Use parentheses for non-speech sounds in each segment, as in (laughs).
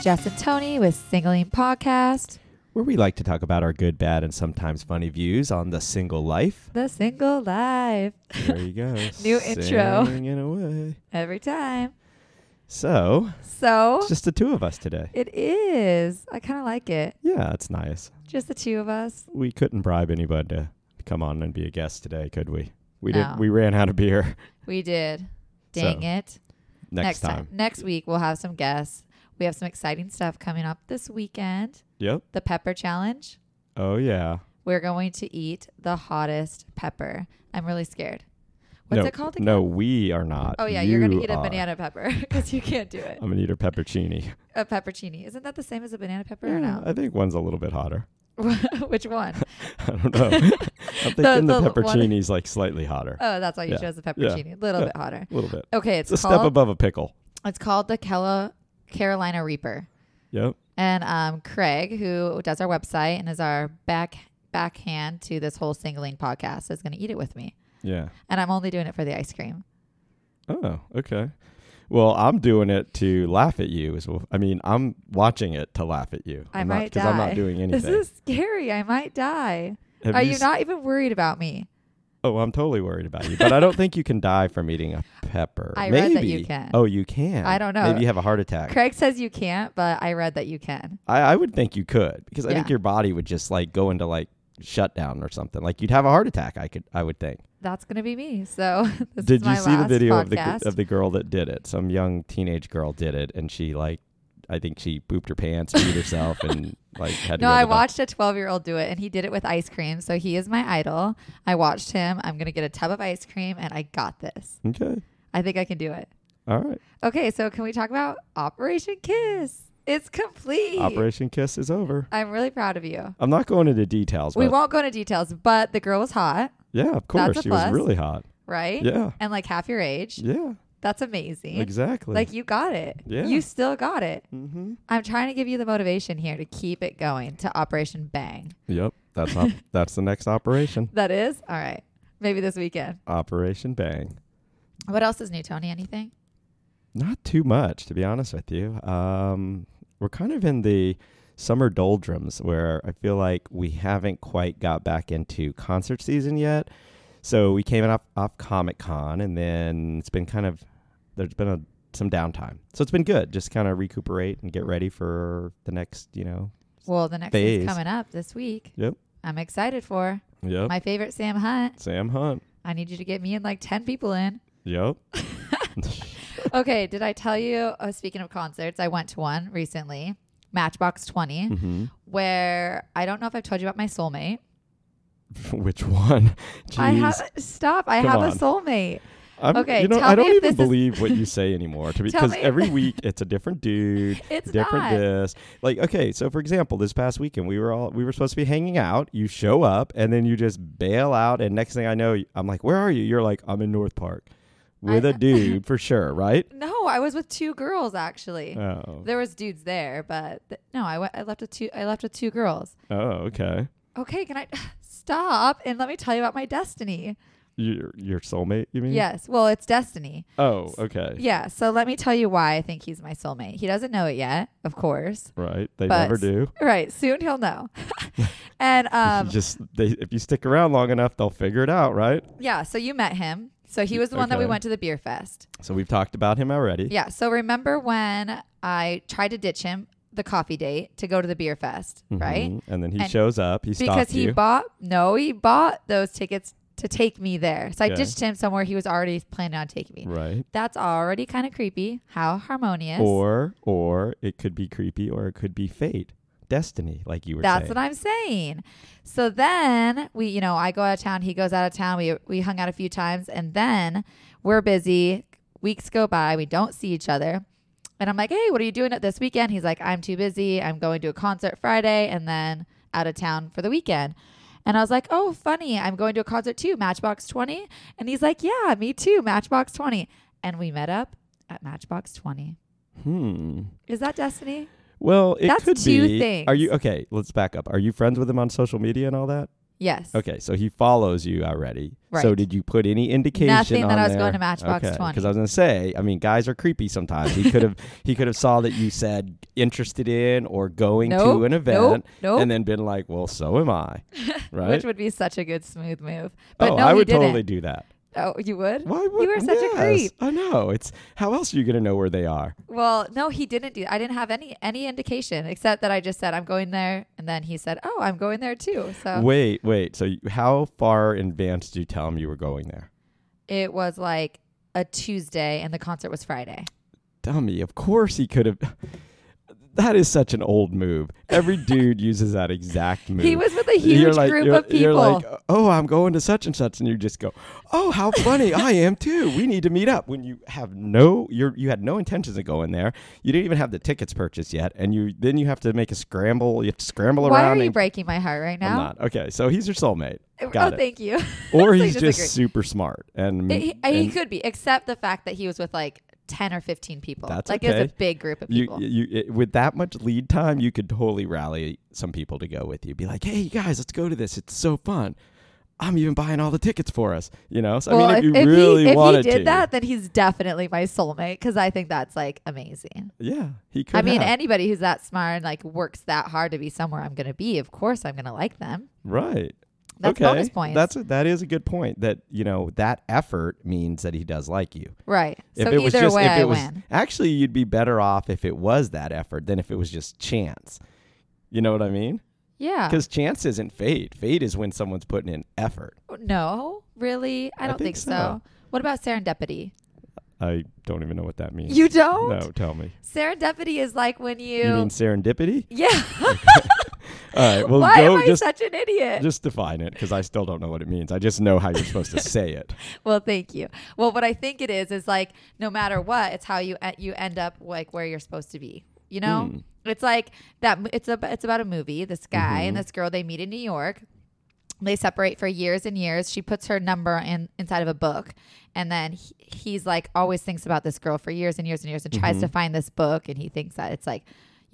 Jess and Tony with Singling Podcast, where we like to talk about our good, bad, and sometimes funny views on the single life. The Single Life, There you go. (laughs) New intro. Singing away. every time. So So it's just the two of us today. it is. I kind of like it. Yeah, it's nice. Just the two of us. We couldn't bribe anybody to come on and be a guest today, could we? We No. did. We ran out of beer. (laughs) We did. Dang So, it. Next, time. Next week, we'll have some guests. We have some exciting stuff coming up this weekend. Yep. The Pepper Challenge. Oh yeah. We're going to eat the hottest pepper. I'm really scared. What's no, it called again? No, we are not. Oh, yeah. You are going You to eat a are. banana pepper (laughs) because you can't do it. I'm gonna eat a peppercini. A peppercini. Isn't that the same as a banana pepper or Yeah, no? I think one's a little bit hotter. (laughs) (laughs) Which one? I (laughs) don't know. I'm thinking the, the one- peppercini's like slightly hotter. Oh, that's why you Yeah. chose the Yeah. peppercini. A little Yeah. bit hotter. a little bit. Okay, it's, It's a called step above a pickle. it's called the Kella Carolina Reaper. Yep. And um, Craig, who does our website and is our back backhand to this whole singling podcast, is going to eat it with me. Yeah. And I'm only doing it for the ice cream. Oh, okay. Well, I'm doing it to laugh at you as well. I mean, I'm watching it to laugh at you. I I'm might because I'm die. not doing (laughs) This anything. is scary. I might die. Have Are you s- not even worried about me? Oh, I'm totally worried about you. But I don't think you can die from eating a pepper. I read Maybe. that you can. Oh, you can. I don't know. Maybe you have a heart attack. Craig says you can't, but I read that you can. I, I would think you could because I Yeah. think your body would just like go into like shutdown or something. Like you'd have a heart attack. I could. I would think. That's going to be me. So (laughs) this is did my you see the last video podcast. of the g- of the girl that did it? Some young teenage girl did it, and she like, I think she pooped her pants, beat (laughs) herself, and like had to. No, go to I the doc- watched a 12 year old do it and he did it with ice cream. So he is my idol. I watched him. I'm going to get a tub of ice cream and I got this. Okay. I think I can do it. All right. Okay, so can we talk about Operation Kiss? It's complete. Operation Kiss is over. I'm really proud of you. I'm not going into details. We but won't go into details, but the girl was hot, Yeah, of That's course. a She was plus. really hot. right? Yeah. And like half your age. Yeah. That's amazing. Exactly. Like you got it. Yeah. You still got it. mm-hmm. I'm trying to give you the motivation here to keep it going to Operation Bang. Yep. That's (laughs) not. that's the next operation. That is? All right. Maybe this weekend. Operation Bang. What else is new, Tony? Anything? Not too much, to be honest with you. Um, we're kind of in the summer doldrums where I feel like we haven't quite got back into concert season yet. So we came off, off Comic Con, and then it's been kind of there's been a, some downtime. So it's been good, just kind of recuperate and get ready for the next, you know. Well, the next one's phase. coming up this week. Yep. I'm excited for Yep. my favorite Sam Hunt. Sam Hunt. I need you to get me and like 10 people in. Yep. Okay, did I tell you? Oh, speaking of concerts, I went to one recently, Matchbox 20, hmm where I don't know if I've told you about my soulmate. (laughs) Which one? Jeez. I have, stop, I Come have a on. soulmate. I'm- okay, You know, tell I me don't if even this is- believe what you (laughs) say anymore, to be, Tell because me- every week it's a different dude. It's different not. this like okay so for example this past weekend we were all we were supposed to be hanging out you show up and then you just bail out and next thing i know i'm like where are you you're like i'm in north park with I- a dude for (laughs) sure right No, I was with two girls actually. oh there was dudes there, but th- no, I, went, I left with two. I left with two girls. oh okay Okay, can I (sighs) stop and let me tell you about my destiny? your your soulmate you mean Yes, well, it's destiny. oh okay Yeah, so let me tell you why I think he's my soulmate. He doesn't know it yet, of course. right they But- never do Right, soon he'll know. (laughs) (laughs) and um, you just they if you stick around long enough they'll figure it out right yeah, so you met him. So he was the one that we Okay. went to the beer fest. so we've talked about him already Yeah, so remember when I tried to ditch him, the coffee date, to go to the beer fest, right? Mhm. and then he And- shows up he Because stalked he you bought, no, he bought those tickets to take me there. So I Okay. ditched him somewhere he was already planning on taking me. right That's already kind of creepy. How harmonious. Or or it could be creepy or it could be fate. Destiny, like you were That's saying. what I'm saying. So then we, you know, I go out of town, he goes out of town. We we hung out a few times, and then we're busy. Weeks go by, we don't see each other, and I'm like, "Hey, what are you doing at this weekend?" He's like, "I'm too busy. I'm going to a concert Friday, and then out of town for the weekend." And I was like, "Oh, funny. I'm going to a concert too, Matchbox 20." And he's like, "Yeah, me too, Matchbox 20." And we met up at Matchbox 20. hmm. Is that destiny? Well, it That's could two be. things. Are you okay? Let's back up. Are you friends with him on social media and all that? Yes. Okay, so he follows you already. So Right. did you put any indication? Nothing on that I was there? going to Matchbox 20. Because I was going to say, I mean, guys are creepy sometimes. He could have he could have saw that you said interested in or going Nope, to an event, nope, nope. and then been like, well, so am I, right? (laughs) Which would be such a good smooth move. But oh, no, I he would didn't. totally do that. Oh, you would? Why would You are such a yes, creep. I know. It's how else are you going to know where they are? Well, no, he didn't do. I didn't have any any indication except that I just said I'm going there, and then he said, "Oh, I'm going there too." So Wait, wait. So you, how far in advance did you tell him you were going there? it was like a Tuesday, and the concert was Friday. dummy. Of course he could have. (laughs) That is such an old move. (laughs) Every dude uses that exact move. He was with a huge group you're- of people. You're like, oh, I'm going to such and such, and you just go, oh, how (laughs) funny, I am too. We need to meet up. When you have no, you you had no intentions of going there. You didn't even have the tickets purchased yet, and you then you have to make a scramble. You have to scramble Why around. are you and, breaking my heart right I'm now? not okay. So he's your soulmate, got oh, it. thank you. (laughs) or So he's just disagree. super smart and, It- he, and he could be, except the fact that he was with like ten or fifteen people. That's like it was okay. a big group of you, people. you it, with that much lead time, you could totally rally some people to go with you. Be like, hey, you guys, let's go to this. It's so fun. I'm even buying all the tickets for us. You know, so well, I mean, if, if, you really he, if wanted he did to, that, then he's definitely my soulmate because I think that's like amazing. yeah, he could. I mean, have. anybody who's that smart and like works that hard to be somewhere I'm going to be, of course I'm going to like them. right. That's okay. bonus points. That's a, that is a good point. That you know that effort means that he does like you. right. If so it was either just, way, if I it was, win. Actually, you'd be better off if it was that effort than if it was just chance. You know what I mean? Yeah. Because chance isn't fate. Fate is when someone's putting in effort. No, really? I I don't think think, so. so. What about serendipity? I don't even know what that means. You don't? No, tell me. Serendipity is like when you. You, mean serendipity? (laughs) yeah. (laughs) All right. Well, Why go am I just such an idiot? just define it because I still don't know what it means. I just know how you're supposed to (laughs) say it. well, thank you. Well, what I think it is is like no matter what, it's how you e- you end up like where you're supposed to be. You know, it's like that. m- It's a it's about a movie. This guy and this girl they meet in New York. They separate for years and years. She puts her number in inside of a book, and then he, he's like always thinks about this girl for years and years and years, and tries Mm-hmm. to find this book, and he thinks that it's like.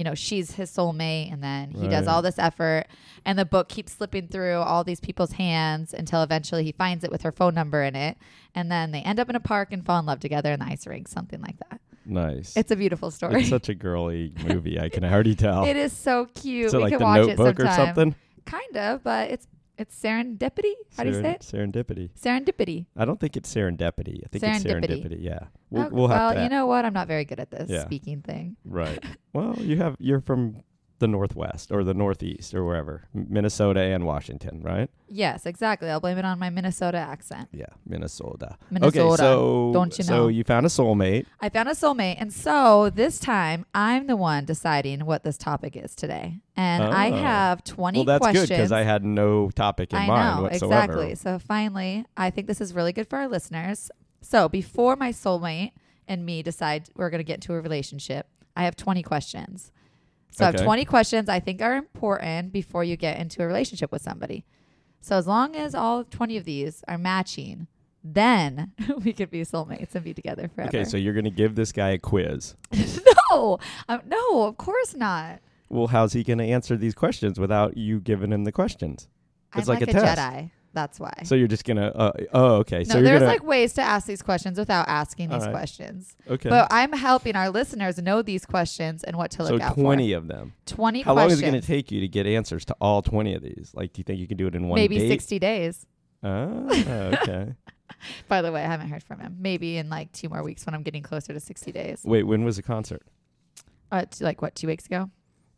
You know, she's his soulmate, and then he does Right. all this effort, and the book keeps slipping through all these people's hands until eventually he finds it with her phone number in it, and then they end up in a park and fall in love together in the ice rink, something like that. Nice. It's a beautiful story. (laughs) It's such a girly movie. I can already tell. It is so cute. Is it we like could the watch Notebook it or sometime. something? Kind of, but it's it's serendipity. How do you say it? Seren- Serendipity. Serendipity. I don't think it's serendipity. I think it's Serendipity. serendipity. Yeah. We'll, Okay, we'll have Oh, well, to. you know what? I'm not very good at this Yeah. speaking thing. Right. Well, you have you're from the northwest or the northeast or wherever, M- Minnesota and Washington, right? Yes, exactly. I'll blame it on my Minnesota accent. Yeah, Minnesota. (laughs) Okay, Minnesota. so Don't you So know? you found a soulmate. I found a soulmate, and so this time I'm the one deciding what this topic is today, and I Oh. have 20 Well, that's questions. good because I had no topic in I mind know, whatsoever. exactly. So finally, I think this is really good for our listeners. So before my soulmate and me decide we're going to get into a relationship, I have 20 questions. So I Okay. have 20 questions I think are important before you get into a relationship with somebody. So as long as all 20 of these are matching, then (laughs) we could be soulmates and be together forever. Okay, so you're going to give this guy a quiz. (laughs) no, um, no, of course not. Well, how's he going to answer these questions without you giving him the questions? It's I'm like like, a a, test. Jedi. That's why. So you're just going to, uh, oh, okay. no, so you're there's gonna, like ways to ask these questions without asking All these right. questions. okay. But I'm helping our listeners know these questions and what to so look out 20 of them. for. 20 How long is questions. it going to take you to get answers to all 20 of these? Like, do you think you can do it in one Maybe date? 60 days. Oh, okay. By the way, I haven't heard from him. Maybe in like two more weeks when I'm getting closer to 60 days. Wait, when was the concert? Uh, t- like what, two weeks ago?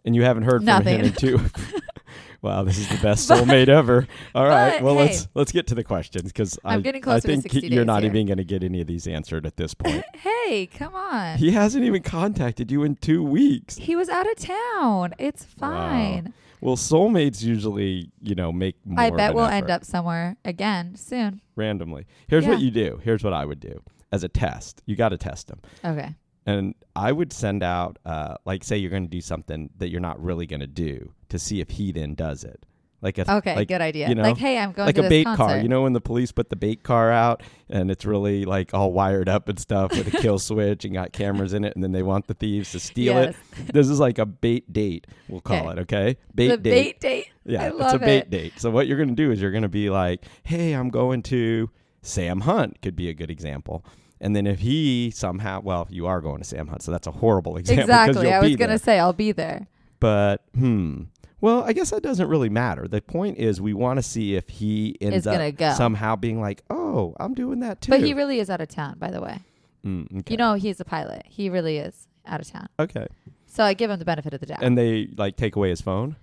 And you haven't heard Nothing. from him in two. (laughs) wow, this is the (laughs) best soulmate ever. All right, but, well hey. let's let's get to the questions because I, I'm getting I closer to think 60 you're days not here. even going to get any of these answered at (laughs) this point. Hey, come on. He, he hasn't even contacted you in two weeks. was out of town. It's fine. Well, soulmates usually, you know, make more. I of bet an we'll effort end up somewhere again soon. randomly. Here's what Yeah. you do. Here's what I would do as a test. You got to test them. Okay. and I would send out, uh, like, say you're going to do something that you're not really going to do to see if he then does it. like a Okay, like, good idea. you know, like, hey, I'm going like to a this bait concert. car. You know when the police put the bait car out and it's really like all wired up and (laughs) stuff with a kill switch and got cameras in it, and then they want the thieves to steal it. This is like a bait date. We'll call Okay. it okay. Bait the date. bait date. Yeah, I it's a love bait it. date. So what you're going to do is you're going to be like, "Hey, I'm going to Sam Hunt." Could be a good example. And then if he somehow, well, you are going to Sam Hunt, so that's a horrible example. 'cause Exactly. you'll I was be gonna there. say I'll be there. But hmm. Well, I guess that doesn't really matter. The point is, we want to see if he ends gonna up go. somehow being like, "Oh, I'm doing that too." But he really is out of town, by the way. Mm, okay. You know he's a pilot. He really is out of town. okay. So I give him the benefit of the doubt. And they like take away (laughs) his phone.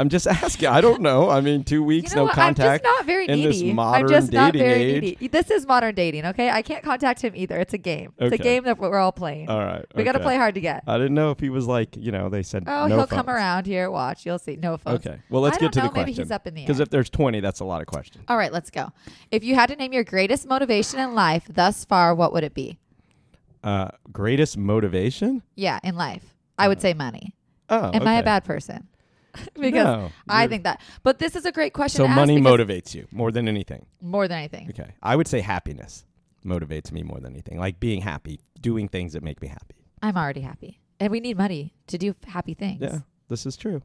I'm just asking. I don't know. I mean, two you weeks, know no what? I'm just contact. not very in needy. this modern I'm just not dating very age. needy. This is modern dating, okay? I can't contact him either. It's a game. It's Okay. a game that we're all playing. All right. we got to okay. play hard to get. I didn't know if he was like, you know, they said Oh, no he'll phones. come around here. Watch. You'll see. No phones. Okay. Well, let's I don't get to know. the question. Maybe he's up in the air. Because if there's 20, that's a lot of questions. all right, let's go. If you had to name your greatest motivation in life thus far, what would it be? Uh, greatest motivation? Yeah, in life. I would say money. Uh, Oh, Am I a okay. bad person? (laughs) because No, I you're- think that. But this is a great question. so. to ask Money because- motivates you more than anything. more than anything. Okay. I would say happiness motivates me more than anything. Like being happy, doing things that make me happy. I'm already happy, and we need money to do happy things. Yeah, this is true.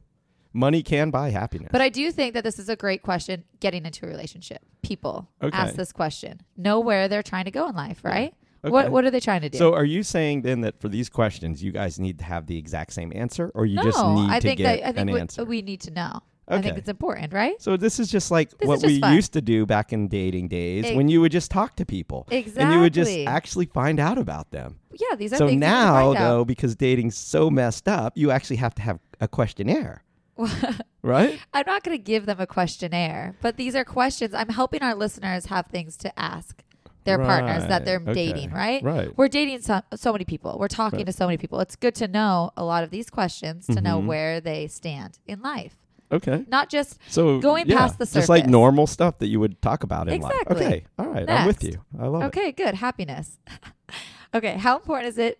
Money can buy happiness. But I do think that this is a great question getting into a relationship. People Okay. ask this question. Know where they're trying to go in life, right? Okay. What what are they trying to do? so, are you saying then that for these questions, you guys need to have the exact same answer, or you no, just need I to think get that I think an what- answer? we need to know. I think Okay. it's important, right? So this is just like This what is just we fun. used to do back in dating days Ex- when you would just talk to people. And you would just Exactly. actually find out about them. Yeah, these are so things you need to now find out. though, because dating's so messed up, you actually have to have a questionnaire. (laughs) (gasps) right? I'm not going to give them a questionnaire, but these are questions. I'm helping our listeners have things to ask their partners that Right. they're Okay. dating, right? Right. We're dating so, so many people. We're talking to so many people. It's good to know a lot of these questions to know Mm-hmm. where they stand in life. Okay. Not just So Going yeah, past the Just like surface. normal stuff that you would talk about in life. Exactly. Okay. All right. I'm with Next. you. I love Okay, good. Happiness. (laughs) okay, how important is it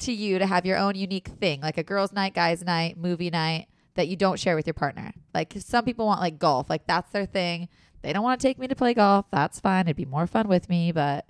to you to have your own unique thing, like a girls' night, guys' night, movie night that you don't share with your partner? Like some people want like golf, like that's their thing. They don't want to take me to play golf. That's fine. It'd be more fun with me, but it.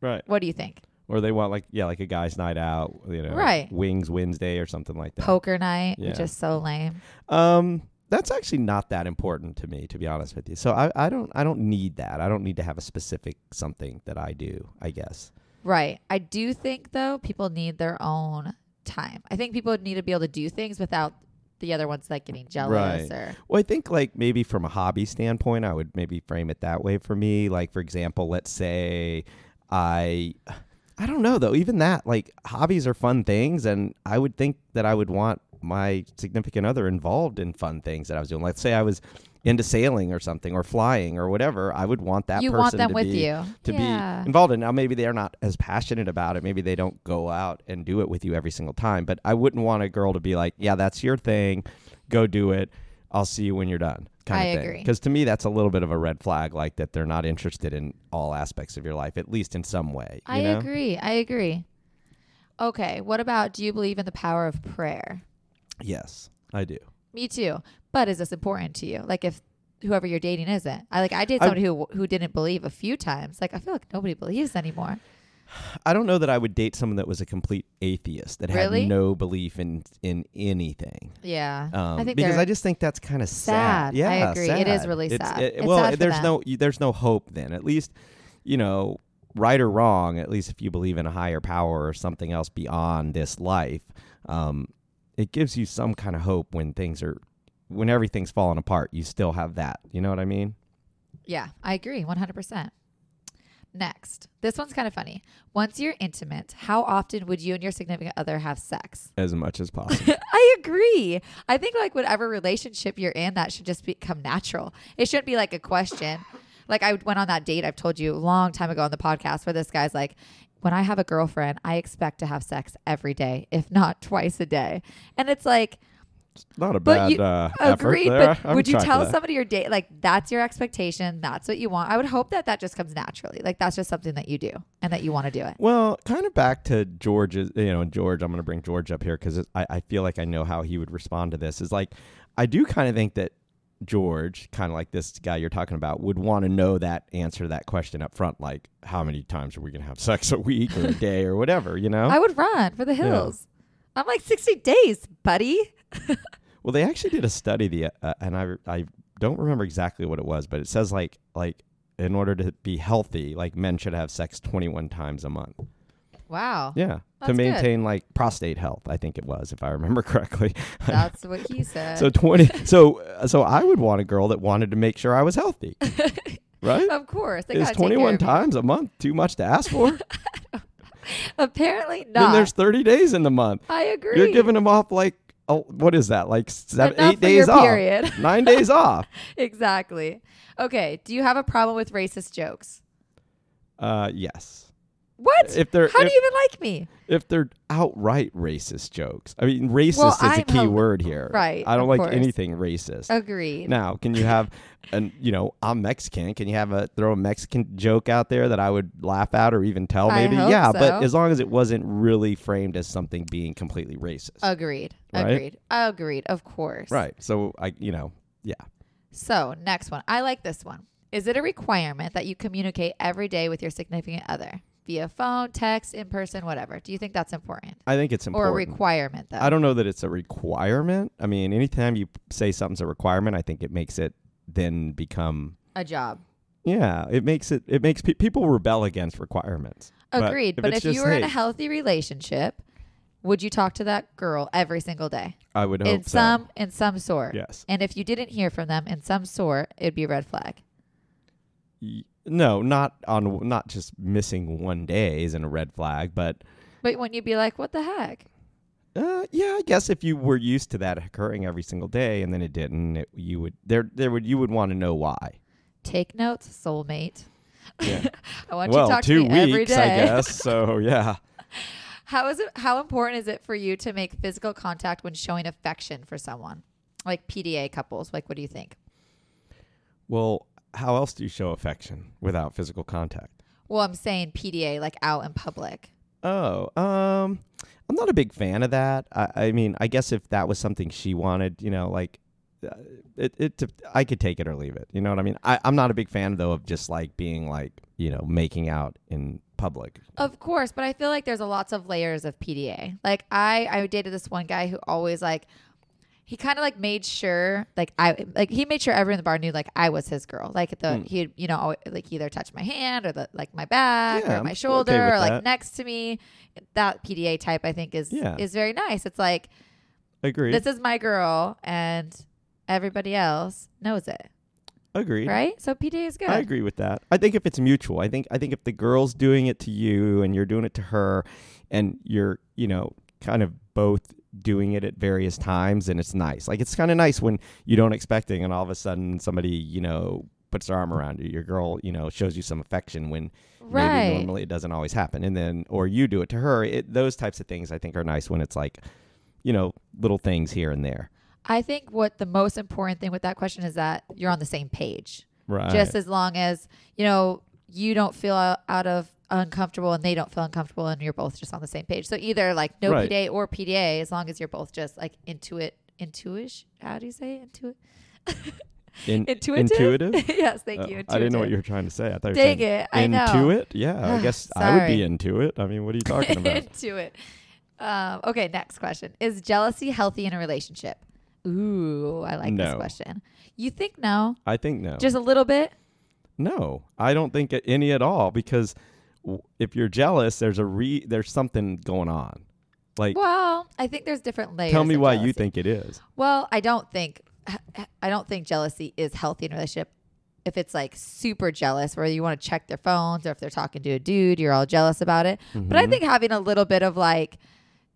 Right. what do you think? Or they want like yeah, like a guy's night out, you know, Right. wings Wednesday or something like that. Poker night, which Yeah. is so lame. Um, that's actually not that important to me, to be honest with you. So I, I don't I don't need that. I don't need to have a specific something that I do. I guess. Right. I do think though people need their own time. I think people need to be able to do things without the other ones like getting jealous Right. or Well, I think like maybe from a hobby standpoint, I would maybe frame it that way for me. Like for example, let's say I. I don't know though. Even that, like hobbies are fun things, and I would think that I would want my significant other involved in fun things that I was doing. Let's say I was into sailing or something, or flying or whatever. I would want that you person want them to with be, you. to yeah. be involved in. Now, maybe they're not as passionate about it. Maybe they don't go out and do it with you every single time. But I wouldn't want a girl to be like, yeah, that's your thing. Go do it. I'll see you when you're done. Kind I of thing. agree. Because to me, that's a little bit of a red flag, like that they're not interested in all aspects of your life, at least in some way. you I know? agree. I agree. Okay, what about do you believe in the power of prayer? Yes, I do. Me too. But is this important to you? Like if whoever you're dating isn't. I like I did I- somebody who who didn't believe a few times. Like I feel like nobody believes anymore. I don't know that I would date someone that was a complete atheist that Really? had no belief in in anything. Yeah. Um, I think because they're- I just think that's kind of Sad. sad. Yeah, I agree. It is really It's- sad. it- It's well, sad for there's them. no you, there's no hope then. At least, you know, right or wrong. At least if you believe in a higher power or something else beyond this life, um, it gives you some kind of hope when things are when everything's falling apart. You still have that. You know what I mean? Yeah, I agree 100%. Next. This one's kind of funny. Once you're intimate, how often would you and your significant other have sex? As much as possible. (laughs) I agree. I think like whatever relationship you're in, that should just become natural. It shouldn't be like a question. Like I went on that date I've told you a long time ago on the podcast where this guy's like, when I have a girlfriend, I expect to have sex every day, if not twice a day. And it's like, Not a But bad you- uh, agreed, effort there. but I- I'm would you trying for tell that. somebody your date, like, that's your expectation, that's what you want? I would hope that that just comes naturally. Like, that's just something that you do and that you want to do it. Well, kind of back to George's, you know, George, I'm going to bring George up here because I, I feel like I know how he would respond to this. Is like, I do kind of think that George, kind of like this guy you're talking about, would want to know that answer to that question up front, like how many times are we gonna have sex a (laughs) week or a day or whatever, you know? I would run for the hills. I'm like 60 days, buddy. well, they actually did a study the uh, and I I don't remember exactly what it was, but it says like like in order to be healthy, like men should have sex 21 times a month. Wow. Yeah, That's to good. maintain like prostate health, I think it was, if I remember (laughs) correctly. That's what he said. (laughs) so 20 so so I would want a girl that wanted to make sure I (laughs) was healthy. right? of course. They Is gotta take care 21 of me. times a month too much to (laughs) ask for? Apparently Then there's not. 30 days in the month. I agree. You're giving them off like oh, what is that? Like seven, Enough eight for your days off. period. (laughs) Nine days off. exactly. Okay. Do you have a problem with racist jokes? Uh, yes. What? If they're How if, do you even like me? if they're outright racist jokes. I mean, racist Well, is I'm a key hel- word here. right, I don't of like course. anything racist. Agreed. Now, can you have an you know, I'm Mexican. Can you have a throw a Mexican joke out there that I would laugh at or even tell I maybe? hope yeah, so. but as long as it wasn't really framed as something being completely racist. Agreed. Right? Agreed. Agreed. Of course. right. So I you know, yeah. So, next one. I like this one. Is it a requirement that you communicate every day with your significant other via phone, text, in person, whatever? Do you think that's important? I think it's Or important. a requirement, though? I don't know that it's a requirement. I mean, anytime you say something's a requirement, I think it makes it then become a job. yeah, it makes it it makes pe- people rebel against requirements. But Agreed. But, if, it's you just, were in a hey, healthy relationship, would you talk to that girl every single day I would hope in so. some in some sort? Yes. And if you didn't hear from them in some sort, it'd be a red flag. Y- No, not on not just missing one day isn't a red flag, but But wouldn't you be like, "What the heck?" uh, yeah, I guess if you were used to that occurring every single day and then it didn't, it, you would there there would you would want to know (laughs) why. Take notes, soulmate. Yeah. I want well, you to talk two to me weeks, every day. I guess. So yeah. (laughs) How is it? How important is it for you to make physical contact when showing affection for someone, like PDA couples? Like, what do you think? Well, how else do you show affection without physical contact? Well, I'm saying PDA, like out in public. Oh, um, I'm not a big fan of that. I, I mean, I guess if that was something she wanted, you know, like uh, it, it, I could take it or leave it. You know what I mean? I, I'm not a big fan though of just like being like, you know, making out in public. Of course, but I feel like there's a lots of layers of PDA. Like I, I dated this one guy who always like, he kind of like made sure, like I, like he made sure everyone in the bar knew like I was his girl. Like the Hmm. he, you know, always, like either touched my hand or the like my back Yeah, or I'm my okay shoulder with or like that. next to me. That PDA type I think is Yeah. is very nice. It's like Agreed. this is my girl and everybody else knows it, Agreed. right? So PDA is good. I agree with that. I think if it's mutual, I think I think if the girl's doing it to you and you're doing it to her, and you're you know kind of both doing it at various times, and it's nice. Like it's kind of nice when you don't expect it, and all of a sudden somebody you know puts their arm around you. Your girl you know shows you some affection when maybe Right. normally it doesn't always happen, and then or you do it to her. It, those types of things I think are nice when it's like you know little things here and there. I think what the most important thing with that question is that you're on the same page. Right. just as long as you know you don't feel out out of uncomfortable and they don't feel uncomfortable and you're both just on the same page so either like no Right. pda or pda as long as you're both just like intuit intuish how do you say it? intuit In- intuitive (laughs) Intuitive. yes thank Oh, you I didn't know what intuitive. you were trying to say. I thought you were Dang saying it, I know. into it. (sighs) Yeah, I guess I would be into it. I mean, what are you talking about? (laughs) intuit um, okay next question is jealousy healthy in a relationship ooh i like this No. question you think no I think no, just a little bit no. I don't think it- any at all because w- if you're jealous, there's a re there's something going on. Like, well i think there's different layers tell me of why you jealousy. think it is. Well, I don't think (sighs) I don't think jealousy is healthy in a relationship. If it's like super jealous, where you want to check their phones, or if they're talking to a dude, you're all jealous about it. But I think having a little bit of like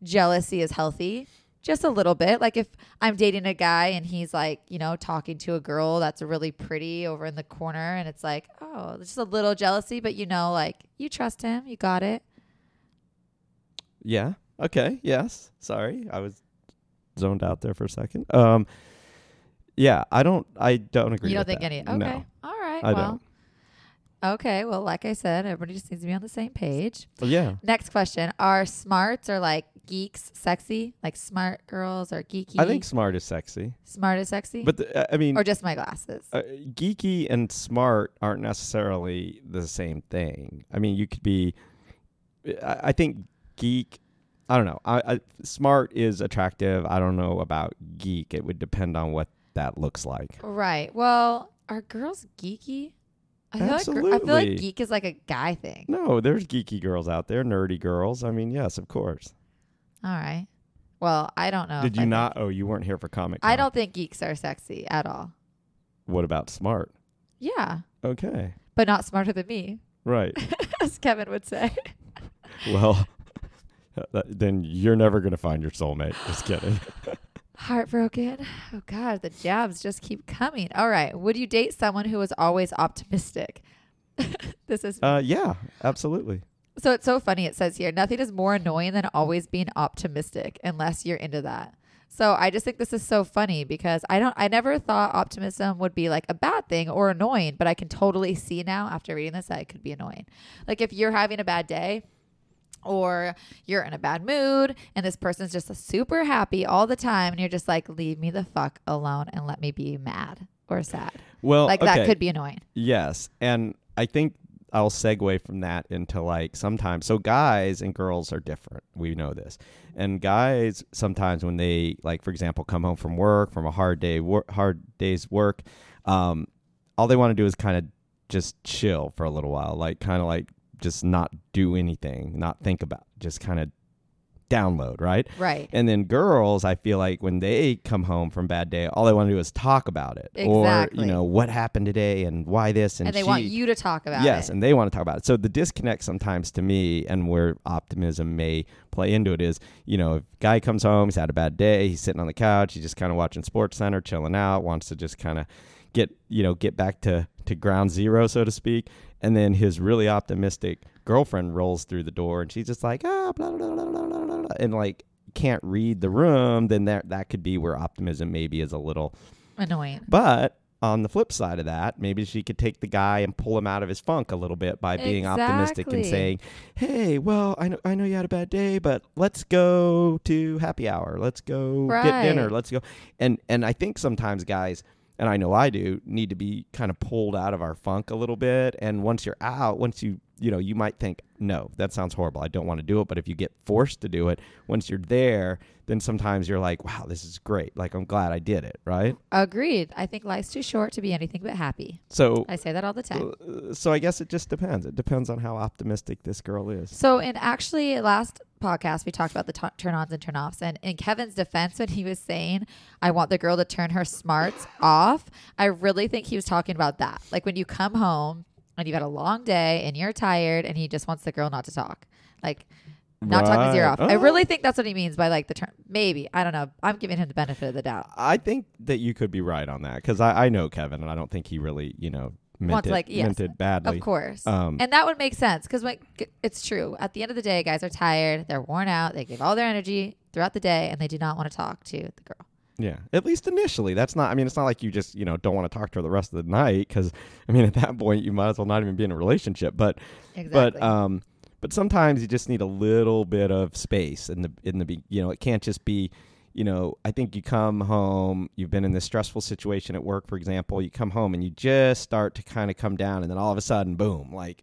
jealousy is healthy, just a little bit. Like if I'm dating a guy and he's like, you know, talking to a girl that's really pretty over in the corner, and it's like, oh, it's just a little jealousy, but you know, like you trust him, you got it. Yeah. Okay. Yes. Sorry, I was zoned out there for a second. Um. Yeah, I don't. I don't agree. You don't think with that. any? Okay, No. all right. I well, okay. Well, like I said, everybody just needs to be on the same page. Yeah. Next question. Are smarts or like geeks sexy? Like smart girls or geeky? I think smart is sexy, smart is sexy. but the, uh, I- I mean, or just my glasses. uh, geeky and smart aren't necessarily the same thing. I mean, you could be. I, I think geek. I don't know. I, I smart is attractive. I don't know about geek. It would depend on what that looks like. right. Well, are girls geeky? I feel, like, gr- I feel Absolutely. like geek is like a guy thing. No, there's geeky girls out there, nerdy girls. I mean, yes, of course. All right. Well, I don't know. if Did you I think- not? Oh, you weren't here for comic. I Con. don't think geeks are sexy at all. What about smart? Yeah, Okay, but not smarter than me, (laughs) right. as Kevin would say. well, (laughs) that- then you're never gonna find your soulmate. (laughs) Just kidding. Heartbroken. Oh God, the jabs just keep coming. All right. Would you date someone who is always optimistic? (laughs) this is Uh, yeah, absolutely. so. It's so funny. It says here, nothing is more annoying than always being optimistic, unless you're into that. So I just think this is so funny because I don't. I never thought optimism would be like a bad thing or annoying, but I can totally see now after reading this that it could be annoying. Like if you're having a bad day, or you're in a bad mood and this person's just super happy all the time and you're just like leave me the fuck alone and let me be mad or sad Well, like Oh, okay. that could be annoying Yes, and I think I'll segue from that into like sometimes. So guys and girls are different. We know this, and guys sometimes when they like, for example, come home from work from a hard day, wor- hard day's work, um, all they want to do is kind of just chill for a little while, like kind of like just not do anything, not think about, just kind of download, right? right And then girls, I feel like when they come home from bad day, all they want to do is talk about it, or Exactly. you know what happened today and why this and, and, they she- want you to talk about yes, it and they want to talk about it. So the disconnect sometimes to me, and where optimism may play into it, is you know if guy comes home, he's had a bad day, he's sitting on the couch, he's just kind of watching Sports Center, chilling out, wants to just kind of get you know get back to to ground zero, so to speak. And then his really optimistic girlfriend rolls through the door, and she's just like ah blah blah blah blah blah blah, blah," and like can't read the room. Then that that could be where optimism maybe is a little annoying but on the flip side of that, maybe she could take the guy and pull him out of his funk a little bit by being optimistic and Exactly. saying, "Hey, well, I know I know you had a bad day, but let's go to happy hour. Let's go get dinner. Right. Let's go." And and I think sometimes guys and I know I do need to be kind of pulled out of our funk a little bit. And once you're out, once you you know, you might think, no, that sounds horrible. I don't want to do it. But if you get forced to do it, once you're there, then sometimes you're like, wow, this is great. Like, I'm glad I did it. Right. agreed i think life's too short to be anything but happy So i say that all the time uh, so I guess it just depends. It depends on how optimistic this girl is. So, and actually, last podcast we talked about the t- turn ons and turn offs. And in Kevin's defense, when he was saying, I want the girl to turn her smarts off, I really think he was talking about that. Like when you come home and you've had a long day and you're tired and he just wants the girl not to talk. Like, not talking his ear Right. off. I Oh. really think that's what he means by like the term. Maybe. I don't know. I'm giving him the benefit of the doubt. I think that you could be right on that because I, I know Kevin and I don't think he really, you know, meant, Wants, it, like, yes, meant it badly. Of course. Um, and that would make sense because it's true. At the end of the day, guys are tired. They're worn out. They give all their energy throughout the day and they do not want to talk to the girl. Yeah. At least initially. That's not, I mean, it's not like you just, you know, don't want to talk to her the rest of the night because, I mean, at that point, you might as well not even be in a relationship. But, Exactly. but, um, but sometimes you just need a little bit of space in the, in the, be- you know, it can't just be, you know, I think you come home, you've been in this stressful situation at work, for example, you come home and you just start to kind of come down and then all of a sudden, boom, like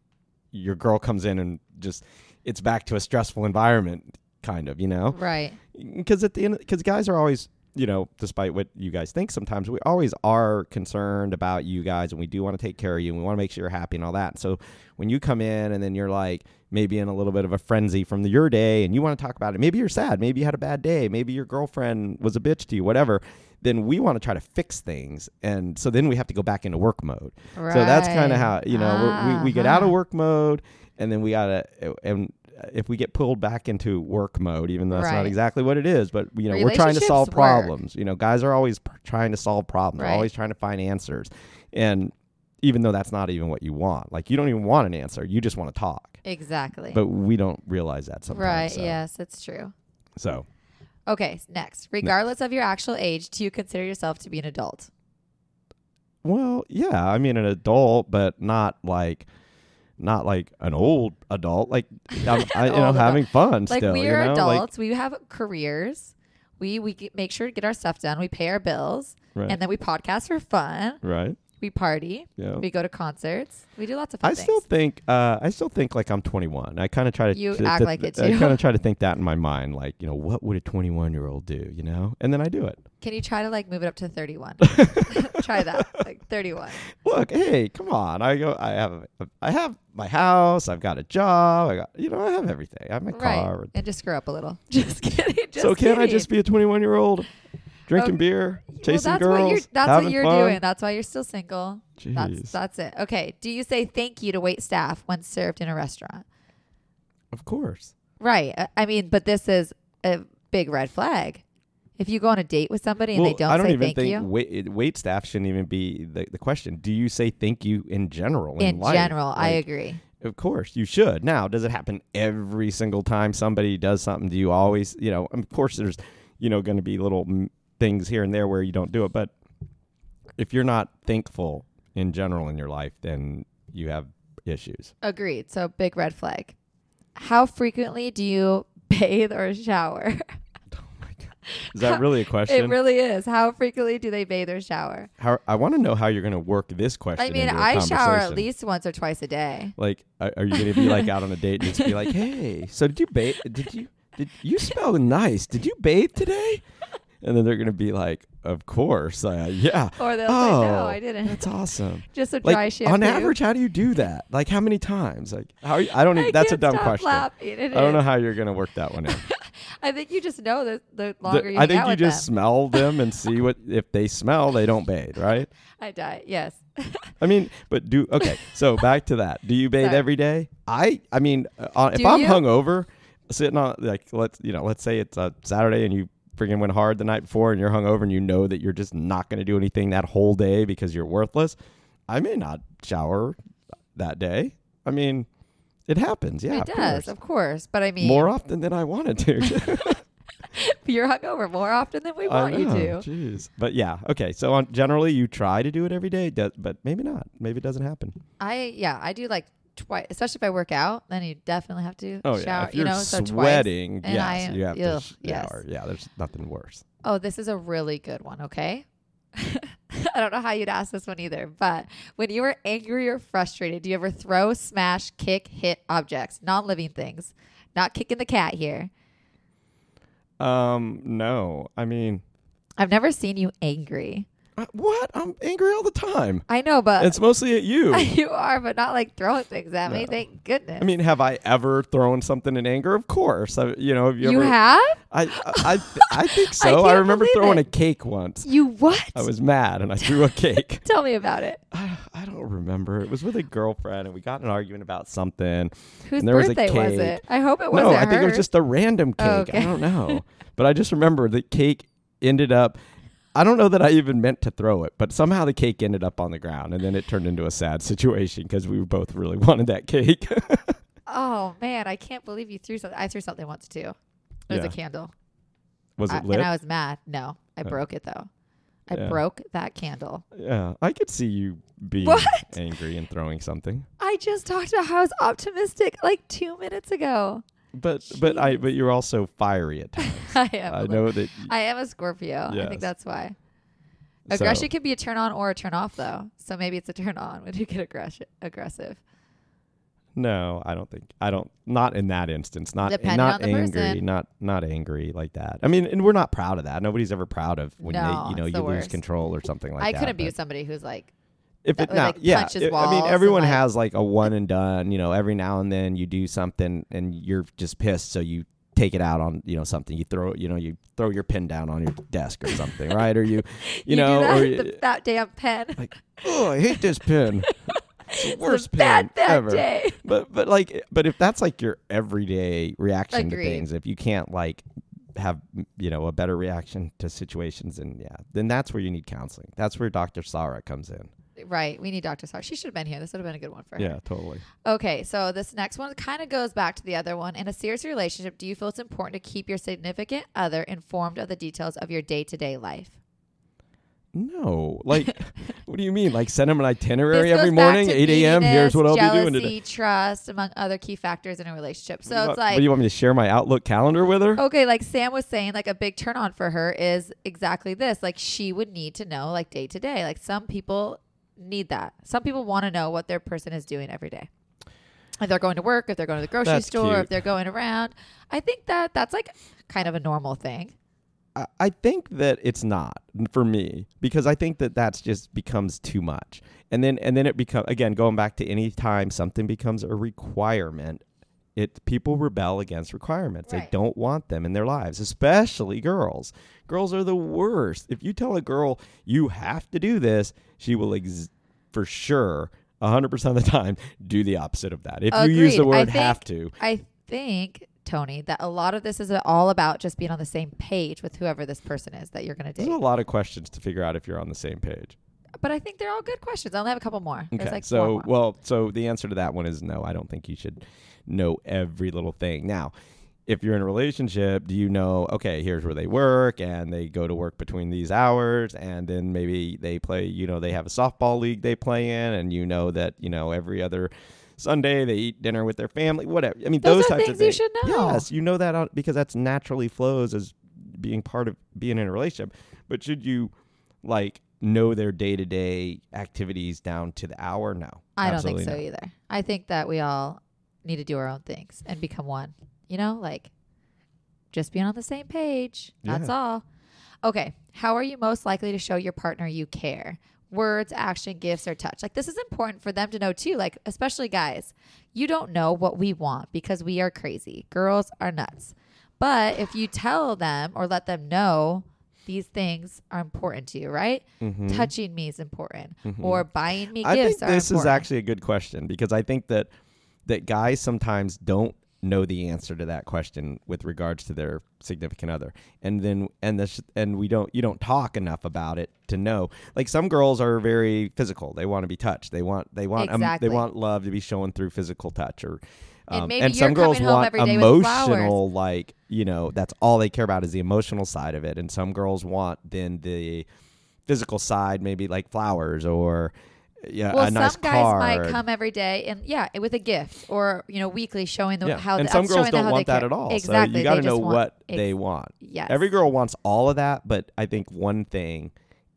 your girl comes in and just, it's back to a stressful environment kind of, you know? right. because at the end because guys are always you know despite what you guys think sometimes we always are concerned about you guys and we do want to take care of you and we want to make sure you're happy and all that so when you come in and then you're like maybe in a little bit of a frenzy from the, your day and you want to talk about it maybe you're sad maybe you had a bad day maybe your girlfriend was a bitch to you whatever then we want to try to fix things and so then we have to go back into work mode so that's kind of how Right. you know we're- we, we get out Uh-huh. of work mode, and then we gotta uh, and if we get pulled back into work mode, even though that's Right. not exactly what it is, but you know we're trying to Relationships solve work. problems. You know, guys are always pr- trying to solve problems. Right. They're always trying to find answers, and even though that's not even what you want, like you don't even want an answer, you just want to talk. Exactly. But we don't realize that sometimes. right. so- Yes, it's true. So Okay, s- next. Regardless of your actual age, do you consider yourself to be an adult? Well, yeah, I mean an adult, but not like not like an old adult. Like (laughs) I'm, I, you know, Old having fun like still. we you are know? Like, adults. we have careers. We we g- make sure to get our stuff done. We pay our bills, Right. and then we podcast for fun. right. We party. Yeah. We go to concerts. We do lots of fun Oh. I things. still think uh, I still think like I'm 21. I kind of try to You to- act to- like it I too. kind of try to think that in my mind, like you know, what would a 21 year old do? You know, and then I do it. Can you try to like move it up to (laughs) thirty-one? (laughs) try that, like thirty-one. Look, hey, come on! I go. I have I have my house. I've got a job. I got you know. I have everything. I have my car. Right, and just screw up a little. (laughs) Just kidding. Just so can I kidding. just be a 21 year old, drinking Oh, beer, chasing well, that's girls, What you're, that's having what you're fun? doing. That's why you're still single. Jeez. That's that's it. Okay. Do you say thank you to wait staff when served in a restaurant? Of course. Right. uh, I- I mean, but this is a big red flag. If you go on a date with somebody and well, they don't, I don't say even thank think you wait, wait staff shouldn't even be the, the question. Do you say thank you in general? In, in life? general, I Like, agree. Of course, you should. Now, does it happen every single time somebody does something? Do you always, you know, of course, there's, you know, going to be little mm, things here and there where you don't do it. But if you're not thankful in general in your life, then you have issues. Agreed. So big red flag. How frequently do you (laughs) bathe or shower? (laughs) Is that really a question? it really is. How frequently do they bathe or shower? how, I want to know how you're going to work this question. I mean, into a I shower at conversation. least once or twice a day. Like, are, are you going to be like out on a date and just be (laughs) like, "Hey, so did you bathe? Did you did you smell nice? Did you bathe today?" And then they're going to be like, "Of course, uh, yeah." Or they'll oh, say, no, I didn't. That's awesome. Just (laughs) a dry Like shampoo. on average, how do you do that? Like how many times? Like how? Are you, I don't. (laughs) Even, I that's a can't dumb stop question. laughing. It I don't know is. how you're going to work that one in. (laughs) I think you just know that (laughs) the The- longer you I hang think out you with just them. smell (laughs) them and see what if they smell, they don't bathe, right? I die. Yes. (laughs) I mean, but do okay. So back to that. Do you bathe Sorry. every day? I I mean, uh, if Do I'm you? hungover, sitting on like let's you know let's say it's a Saturday and you freaking went hard the night before and you're hungover and you know that you're just not going to do anything that whole day because you're worthless. I may not shower that day. I mean, it happens. Yeah, it does, of course. of course. But I mean, more often than I wanted to. (laughs) you're hungover more often than we I (laughs) want you know, to. Jeez. But yeah, okay. So on, generally, you try to do it every day, do- but maybe not. Maybe it doesn't happen. I yeah, I do like twice, especially if I work out. Then you definitely have to Oh yeah, shower. if you're you know, so twice. sweating, and yes, I- you have to ugh, sh- yes. shower. Yeah, there's nothing worse. Oh, this is a really good one. Okay. (laughs) I don't know how you'd ask this one either, but when you are angry or frustrated, do you ever throw, smash, kick, hit objects, non living things? Not kicking the cat here. Um, no, I mean, I've never seen you angry. uh, what? I'm angry all the time. I know, but It's mostly at you. (laughs) I you are, but not like throwing things at me. No. Thank goodness. mean, have I ever thrown something in anger? Of course. I, you know, have you, you, ever? have? I, I, I, (laughs) I think so. can't I, remember believe throwing it. a cake once. You what? I was mad and I threw a (laughs) cake. Tell me about it. I, I don't remember. It was with a girlfriend and we got in an argument about something. Whose And there was a birthday was, cake. it? I hope it no, wasn't I think it was hers. just a random cake. Oh, I okay. (laughs) don't know. but I just remember the cake ended up I don't know that I even meant to throw it, but somehow the cake ended up on the ground and then it turned into a sad (laughs) situation because we both really (laughs) wanted that cake. Oh man, I can't believe you threw something. I threw something once too. It was Yeah. a candle, was I- it lit? and I was mad. No, I Oh. broke it though. I Yeah. broke that candle. yeah. I could see you being What? angry and (laughs) throwing something. I just talked about how I was optimistic like two minutes ago. (laughs) But but I but you're also fiery at times. I am. I a know that li- Oh, I am a Scorpio. I Yes. think that's why. so- Aggression can be a turn on or a turn off though. So maybe it's a turn on when you get aggression aggressive. No, I don't think I don't not in that instance. Not Depending not on the angry, person. not not angry like that. I mean, and we're not proud of that. Nobody's ever proud of when No, they, you know it's you the lose worst. control or something like I that. couldn't be but with somebody who's like, if it that would, now, like, yeah. punches it- I walls mean, and, everyone like- has like a one and done. You know, every now and then you do something and you're just pissed, so you take it out on you know something. You throw you know you throw your pen down on your desk (laughs) or something, right? Or you you, you, know do that, or the- you- that damn pen. like oh I hate this (laughs) pen. It's the was worst pen bad that ever. day. but but like but if that's like your everyday reaction Agreed. to things if you can't like have you know a better reaction to situations and yeah then that's where you need counseling that's where dr sara comes in Right. We need Dr. Sar. She should have been here. This would have been a good one for her. totally Okay, so this next one kind of goes back to the other one. In a serious relationship, do you feel it's important to keep your significant other informed of the details of your day to day life? No, like, what do you mean? Like, send him an itinerary This goes every back morning, to 8 a.m. Here's neediness, what I'll be doing jealousy, today. Trust, among other key factors in a relationship. So What do you it's want- what do like, you want me to share my Outlook calendar with her? okay, like Sam was saying, like a big turn on for her is exactly this. Like she would need to know, like day to day. Like some people need that. Some people want to know what their person is doing every day. If they're going to work, if they're going to the grocery That's store, cute. if they're going around. I think that that's like kind of a normal thing. I- I think that it's not for me because I think that that's just becomes too much, and then and then it become again going back to any time something becomes a requirement, it people rebel against requirements. They Right. don't want them in their lives, especially girls. Girls are the worst. If you tell a girl you have to do this, she will ex- for sure. 100% of the time, do the opposite of that. If you use the Agreed. I word think- have to, I think, Tony, that a lot of this is all about just being on the same page with whoever this person is that you're going to there's a date. lot of questions to figure out if you're on the same page. But I think they're all good questions. I only have a couple more. There's Okay. like so, four more. well, so the answer to that one is no. I don't think you should know every little thing. Now, if you're in a relationship, do you know, okay, here's where they work and they go to work between these hours and then maybe they play, you know, they have a softball league they play in and you know that, you know, every other Sunday they eat dinner with their family, whatever. I mean, Those those, are types of things you things. should know. Yes, you know that on, because that's naturally flows as being part of being in a relationship. But should you like know their day to day activities down to the hour? No, I don't think absolutely so not. either. I think that we all need to do our own things and become one. You know, like just being on the same page. That's Yeah. all. Okay. How are you most likely to show your partner you care? Words, action, gifts, or touch. Like, this is important for them to know too. Like, especially guys, you don't know what we want because we are crazy. Girls are nuts. But if you tell them or let them know these things are important to you, right? Touching me is important, or buying me Mm-hmm. I gifts think are this is important. actually a good question because I think that that guys sometimes don't know the answer to that question with regards to their significant other and then and this and we don't you don't talk enough about it to know like some girls are very physical they want to be touched they want they want um, Exactly. they want love to be shown through physical touch or And um, maybe you're some girls coming home want every day with emotional like you know that's all they care about is the emotional side of it and some girls want then the physical side, maybe like flowers or yeah, Well, a nice some guys car. might come every day and yeah, with a gift or you know weekly showing them yeah. how. and the, some girls showing them don't how want they that care. at all. Exactly, so you got to they know just want- what ex- they want. Yes. Every girl wants all of that, but I think one thing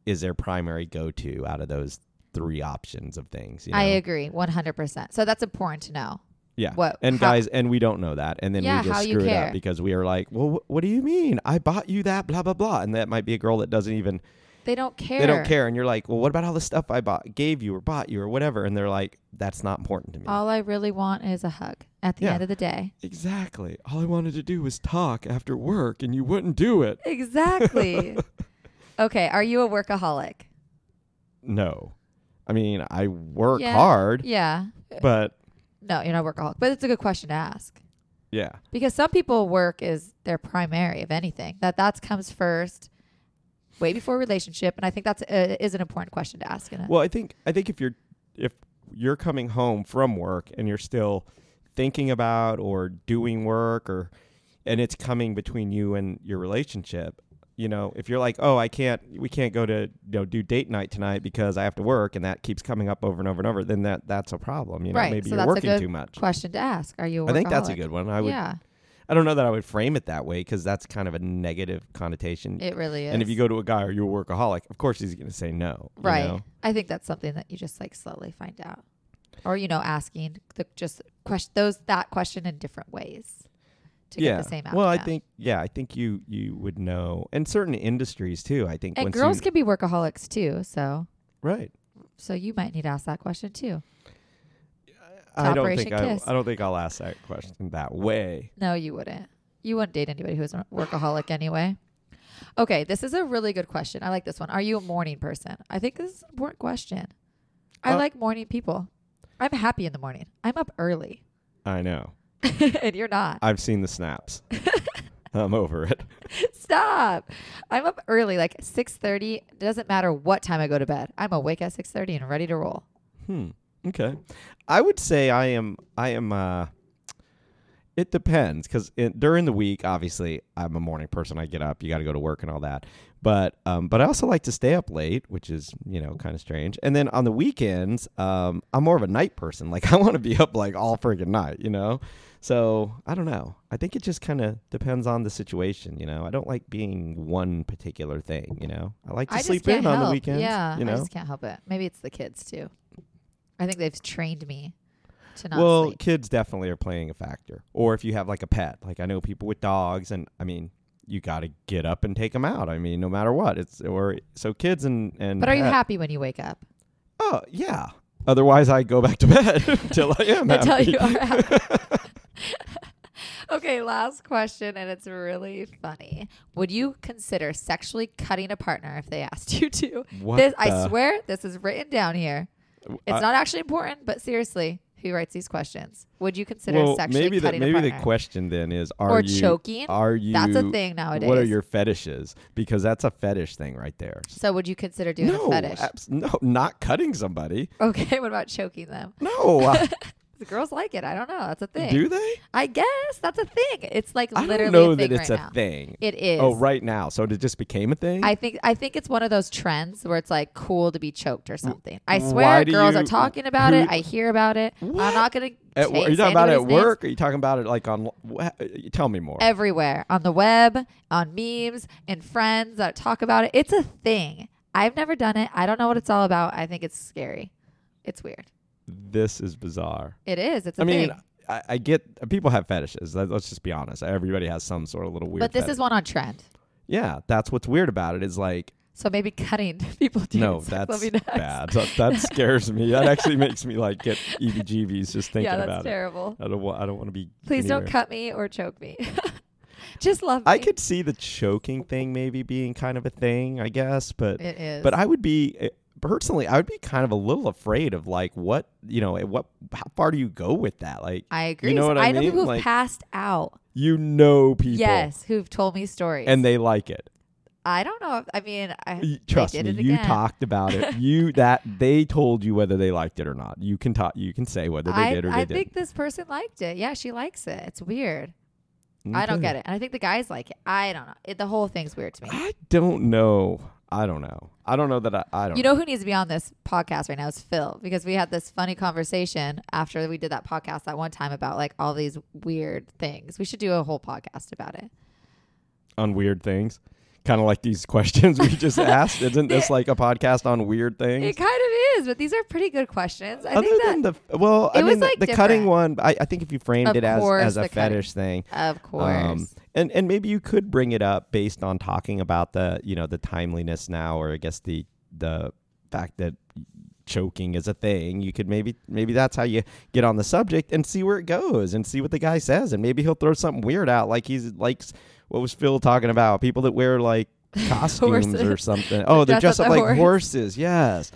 is their primary go-to out of those three options of things. You know? I agree, one hundred percent. So that's important to know. Yeah. What- and how- guys, and we don't know that. And then Yeah, we how just you screw it care. up because we are like, well, wh- what do you mean? I bought you that, blah, blah, blah. And that might be a girl that doesn't even They don't care. they don't care and you're like well what about all the stuff i bought gave you or bought you or whatever and they're like that's not important to me All I really want is a hug at the Yeah. end of the day. exactly all i wanted to do was talk after work and you wouldn't do it Exactly. (laughs) okay. Are you a workaholic? no i mean i work Yeah. hard Yeah. but No, you're not a workaholic, but it's a good question to ask. yeah because some people work is their primary of anything that that comes first way before relationship and i think that's uh, is an important question to ask in it well i think i think if you're if you're coming home from work and you're still thinking about or doing work or and it's coming between you and your relationship you know if you're like oh i can't we can't go to you know do date night tonight because i have to work and that keeps coming up over and over and over then that that's a problem you know Right, maybe so you're that's a working good too much question to ask are you a i think that's a workaholic? good one i would yeah i don't know that i would frame it that way because that's kind of a negative connotation it really is and if you go to a guy are you a workaholic of course he's going to say no you right know? i think that's something that you just like slowly find out or you know asking the just question those that question in different ways to get the same outcome Well, I think yeah, I think you you would know, and certain industries too. I think and once girls you, can be workaholics too so right. so you might need to ask that question too I don't Operation think I, Kiss. I don't think I'll ask that question that way. No, you wouldn't. You wouldn't date anybody who's a workaholic anyway. Okay, this is a really good question. I like this one. Are you a morning person? I think this is an important question. I Uh, like morning people. I'm happy in the morning. I'm up early, (laughs) I know. and you're not. I've seen (laughs) the snaps. I'm over it. Stop. I'm up early, like 6:30. It doesn't matter what time I go to bed. I'm awake at 6:30 and ready to roll. Hmm. Okay. I would say I am. I am. Uh, It depends because during the week, obviously, I'm a morning person. I get up, you got to go to work and all that. But um, but I also like to stay up late, which is you know kind of strange. And then on the weekends, um, I'm more of a night person. Like (laughs) I want to be up like all freaking night, you know. So I don't know. I think it just kind of depends on the situation, you know. I don't like being one particular thing, you know. I like to I just sleep can't in on the help. weekends. Yeah, you I know. just can't help it. Maybe it's the kids too. I think they've trained me to not Well, sleep. kids definitely are playing a factor. Or if you have like a pet, like I know people with dogs, and I mean, you got to get up and take them out. I mean, no matter what, it's or so kids and and. But are you pet- happy when you wake up? Oh yeah. Otherwise, I go back to (laughs) bed until I (laughs) am Until happy. you are happy. (laughs) okay, last question, and it's really funny. Would you consider sexually cutting a partner if they asked you to? What this, I the- swear, this is written down here. It's I- not actually important, but seriously, who writes these questions? Would you consider well, sexually maybe the cutting maybe a the partner question then is: Are or you choking? Are you? That's a thing nowadays. What are your fetishes? Because that's a fetish thing right there. So would you consider doing no, a fetish? abs- no, not cutting somebody. (laughs) Okay, what about choking them? (laughs) No, I- The girls like it. I don't know. That's a thing. do they? I guess that's a thing. It's like I literally don't know a thing that it's right a now. thing. It is. Oh, right now. So it just became a thing. I think I think it's one of those trends where it's like cool to be choked or something. I why swear, do girls are you- talking about who- it. I hear about it. What? I'm not gonna. At wo- ta- are you say talking about it at anybody's names. work? Are you talking about it like on? wha- Tell me more. Everywhere on the web, on memes, and friends that talk about it. It's a thing. I've never done it. I don't know what it's all about. I think it's scary. It's weird. this is bizarre. It is. It's a I mean, thing. I, I get people have fetishes. Let- Let's just be honest. Everybody has some sort of little weird. But this fetish. is one on trend. yeah. That's what's weird about it. Is (laughs) like So maybe cutting (laughs) people. doing no, sex will that's be next. bad. That, that scares me. That (laughs) actually makes me like get EBGBs just thinking yeah, that's about terrible. it. I don't. Wa- I don't want to be. Please don't anywhere. cut me or choke me. (laughs) Just love me. I could see the choking thing maybe being kind of a thing. I guess, but It is. But I would be eh, personally, I would be kind of a little afraid of like what you know, eh, what how far do you go with that? Like I agree. know So what I I, know mean? people who've Like- passed out. you know people, Yes, who've told me stories. and they like it. I don't know. If, I mean, I Y- they Trust did me, it you again. talked (laughs) about it. You that they told you whether they liked it or not. You can talk. You can say whether they I, did or I they think this person liked it. Yeah, she likes it. It's weird. didn't. I don't Okay. get it. And I think the guys like it. I don't know. It, the whole thing's weird to me. I don't know. I don't know. I don't know that I. I don't. You know who needs to be on this podcast right now is Phil because we had this funny conversation after we did that podcast that one time about like all these weird things. We should do a whole podcast about it. on weird things. Kind of like these (laughs) questions we just asked. Isn't (laughs) this like a podcast on weird things? It kind of is, but these are pretty good questions. I Other think than that, the f- well, I It was, mean, the- like, the cutting different. one. I, I think if you framed Of it as course, as a the cutting. fetish thing, um, of course. and and maybe you could bring it up based on talking about the you know the timeliness now, or I guess the the fact that choking is a thing. You could maybe maybe that's how you get on the subject and see where it goes and see what the guy says, and maybe he'll throw something weird out, like he's likes what was Phil talking about? People that (laughs) wear like costumes or Horses. something. Oh, they're dress dressed up up like like horse. horses. Yes.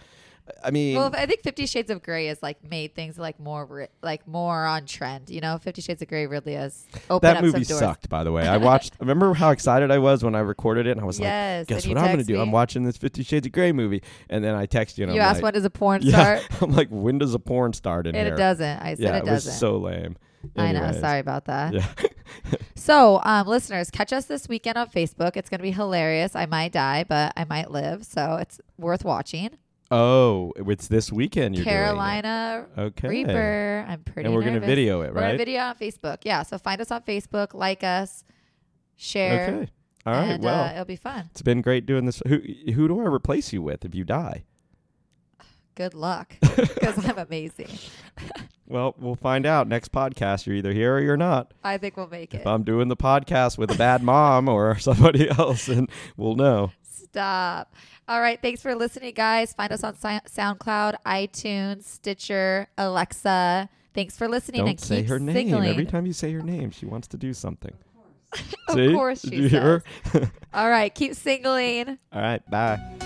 I mean, Well, I think Fifty Shades of Grey has like made things like more ri- like more on trend. You know, Fifty Shades of Grey really has opened that up movie some doors. sucked, by the way. (laughs) I watched. remember how excited I was when I recorded it, and I was Yes, like, "Guess and you what I'm gonna text do? me. I'm watching this Fifty Shades of Grey movie." And then I text you, and You I'm asked like, when does a porn "Yeah." start? (laughs) I'm like, "When does a porn start in And here?" it doesn't. I said Yeah, it was doesn't. so lame. I know. Anyways. Sorry about that. Yeah. (laughs) (laughs) So, um, listeners, catch us this weekend on Facebook. It's going to be hilarious. I might die, but I might live, so it's worth watching. Oh, it's this weekend. You're Carolina Doing it. Okay. Reaper. I'm pretty. And we're gonna nervous. video it, We're gonna right? video on Facebook. Yeah. So find us on Facebook, like us, share. Okay. All right. and, well, uh, it'll be fun. it's been great doing this. Who who do I replace you with if you die? Good (laughs) luck, because I'm amazing. Well, we'll find out next podcast. You're either here or you're not. I think we'll make it. If I'm doing the podcast with a bad mom or (laughs) somebody else, and we'll know. Stop. All right. Thanks for listening, guys. Find us on Sou- SoundCloud, iTunes, Stitcher, Alexa. Thanks for listening Don't and say keep her name. signaling. Every time you say her name, she wants to do something. Of See? course Did she you hear her? All right. Keep singling. (laughs) All right, bye.